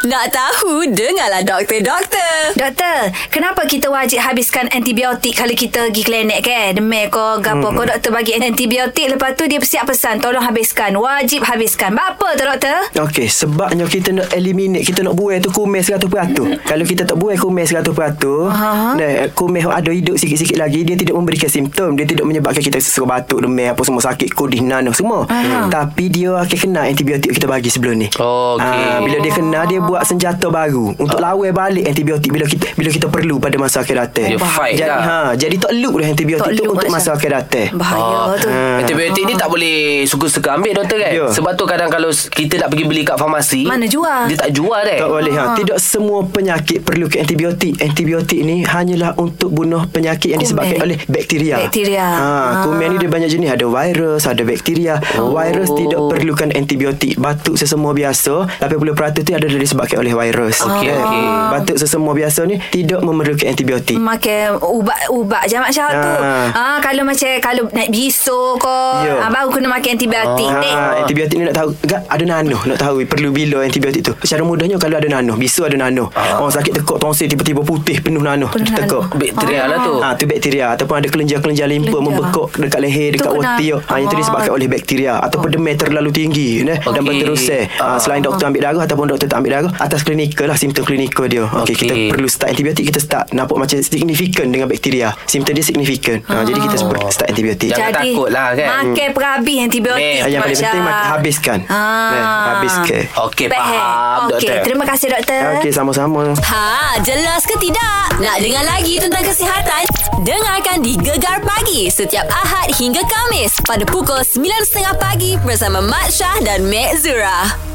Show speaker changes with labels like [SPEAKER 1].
[SPEAKER 1] Nak tahu, dengarlah doktor-doktor.
[SPEAKER 2] Doktor, kenapa kita wajib habiskan antibiotik kalau kita pergi klinik ke? Demik ko, gapo ko doktor bagi antibiotik lepas tu dia siap pesan tolong habiskan, wajib habiskan. Buat apa tu doktor?
[SPEAKER 3] Okey, sebabnya kita nak eliminate, kita nak buai tu kumis 100%.
[SPEAKER 4] Hmm.
[SPEAKER 3] Kalau kita tak buai kumis 100%,
[SPEAKER 2] Aha.
[SPEAKER 3] dan kumis yang ada hidup sikit-sikit lagi, dia tidak memberikan simptom, dia tidak menyebabkan kita sesak batuk, demam, apa semua sakit, kudih, nanah semua. Hmm. Tapi dia akan kena antibiotik kita bagi sebelum ni.
[SPEAKER 4] Oh, okey. Ah.
[SPEAKER 3] Ah, bila dia kena, dia buat senjata baru untuk lawan balik antibiotik bila kita bila kita perlu pada masa akhir datang.
[SPEAKER 4] Dia fight
[SPEAKER 3] jadi,
[SPEAKER 4] lah.
[SPEAKER 3] Ha, jadi tak loop dah antibiotik
[SPEAKER 2] Tak
[SPEAKER 3] tu
[SPEAKER 2] loop,
[SPEAKER 3] untuk
[SPEAKER 2] Aisyah.
[SPEAKER 3] masa akhir datang.
[SPEAKER 2] Bahaya
[SPEAKER 4] Oh.
[SPEAKER 2] tu.
[SPEAKER 4] Hmm. Antibiotik ni tak boleh suka-suka ambil doktor kan?
[SPEAKER 3] Ah. Ya.
[SPEAKER 4] Sebab tu kadang kalau s- kita nak pergi beli kat farmasi,
[SPEAKER 2] Mana jual?
[SPEAKER 4] Dia tak jual kan? deh.
[SPEAKER 3] Tak boleh
[SPEAKER 2] Ah.
[SPEAKER 3] ha. Tidak semua penyakit perlu ke antibiotik. Antibiotik ni hanyalah untuk bunuh penyakit yang
[SPEAKER 2] Kuman.
[SPEAKER 3] disebabkan oleh bakteria.
[SPEAKER 2] Bakteria.
[SPEAKER 3] Ha,
[SPEAKER 2] Ah.
[SPEAKER 3] kuman ni dia banyak jenis. Ada virus, ada bakteria. Oh. Virus tidak perlukan antibiotik. Batuk sesama biasa, 80% tu ada disebabkan oleh virus.
[SPEAKER 2] Ah.
[SPEAKER 4] Okey,
[SPEAKER 3] Eh,
[SPEAKER 4] okey.
[SPEAKER 3] Batuk sesama biasa ni tidak memerlukan antibiotik.
[SPEAKER 2] Hmm. Makan ubat-ubat je Mak Syah tu.
[SPEAKER 3] Ah.
[SPEAKER 2] Ah kalau macam kalau nak bisu ko,
[SPEAKER 3] Ya.
[SPEAKER 2] ah, baru kena makan antibiotik. Dek.
[SPEAKER 3] Ha, antibiotik ni nak tahu ga- Ada nanoh Nak tahu perlu bila antibiotik tu Secara mudahnya Kalau ada nanoh Bisu ada nanoh
[SPEAKER 4] Ah.
[SPEAKER 3] Orang sakit tekuk tonsil Tiba-tiba putih Penuh nanoh
[SPEAKER 2] Penuh
[SPEAKER 3] Tekuk
[SPEAKER 2] nanoh.
[SPEAKER 4] Bakteria lah tu.
[SPEAKER 3] Ha, tu bakteria ataupun ada kelenjar-kelenjar limpa
[SPEAKER 2] Kelenjar.
[SPEAKER 3] membekok dekat leher,
[SPEAKER 2] Tu
[SPEAKER 3] dekat
[SPEAKER 2] kena-
[SPEAKER 3] otak. Ha, yang tu
[SPEAKER 2] Ah.
[SPEAKER 3] disebabkan oleh bakteria ataupun demam terlalu tinggi ne, okay. dan
[SPEAKER 4] Okey.
[SPEAKER 3] berterusan.
[SPEAKER 2] Ah.
[SPEAKER 3] Ha, selain doktor ambil darah ataupun doktor tak ambil darah, atas klinikal lah simptom klinikal dia. Okey, okay. kita
[SPEAKER 4] Okey.
[SPEAKER 3] perlu start antibiotik, kita start nampak macam signifikan dengan bakteria. Simptom dia signifikan. Ha, jadi
[SPEAKER 2] Ah.
[SPEAKER 3] kita perlu start antibiotik.
[SPEAKER 4] Jangan takut lah, kan? Eh,
[SPEAKER 2] Makan perhabis antibiotik.
[SPEAKER 4] Meh.
[SPEAKER 3] Yang paling
[SPEAKER 2] Mak
[SPEAKER 3] penting
[SPEAKER 2] Syah.
[SPEAKER 3] mak- habiskan.
[SPEAKER 2] Ah.
[SPEAKER 3] Ne, habiskan.
[SPEAKER 4] Okey,
[SPEAKER 2] Baik.
[SPEAKER 4] faham
[SPEAKER 2] Okey,
[SPEAKER 4] doktor.
[SPEAKER 2] terima kasih doktor.
[SPEAKER 3] Okey, sama-sama.
[SPEAKER 1] Ha, jelas ke tidak? Nak dengar lagi tentang kesihatan? Dengarkan di Gegar Pagi setiap Ahad hingga Kamis pada pukul 9.30 pagi bersama Mat Syah dan Mek Zura.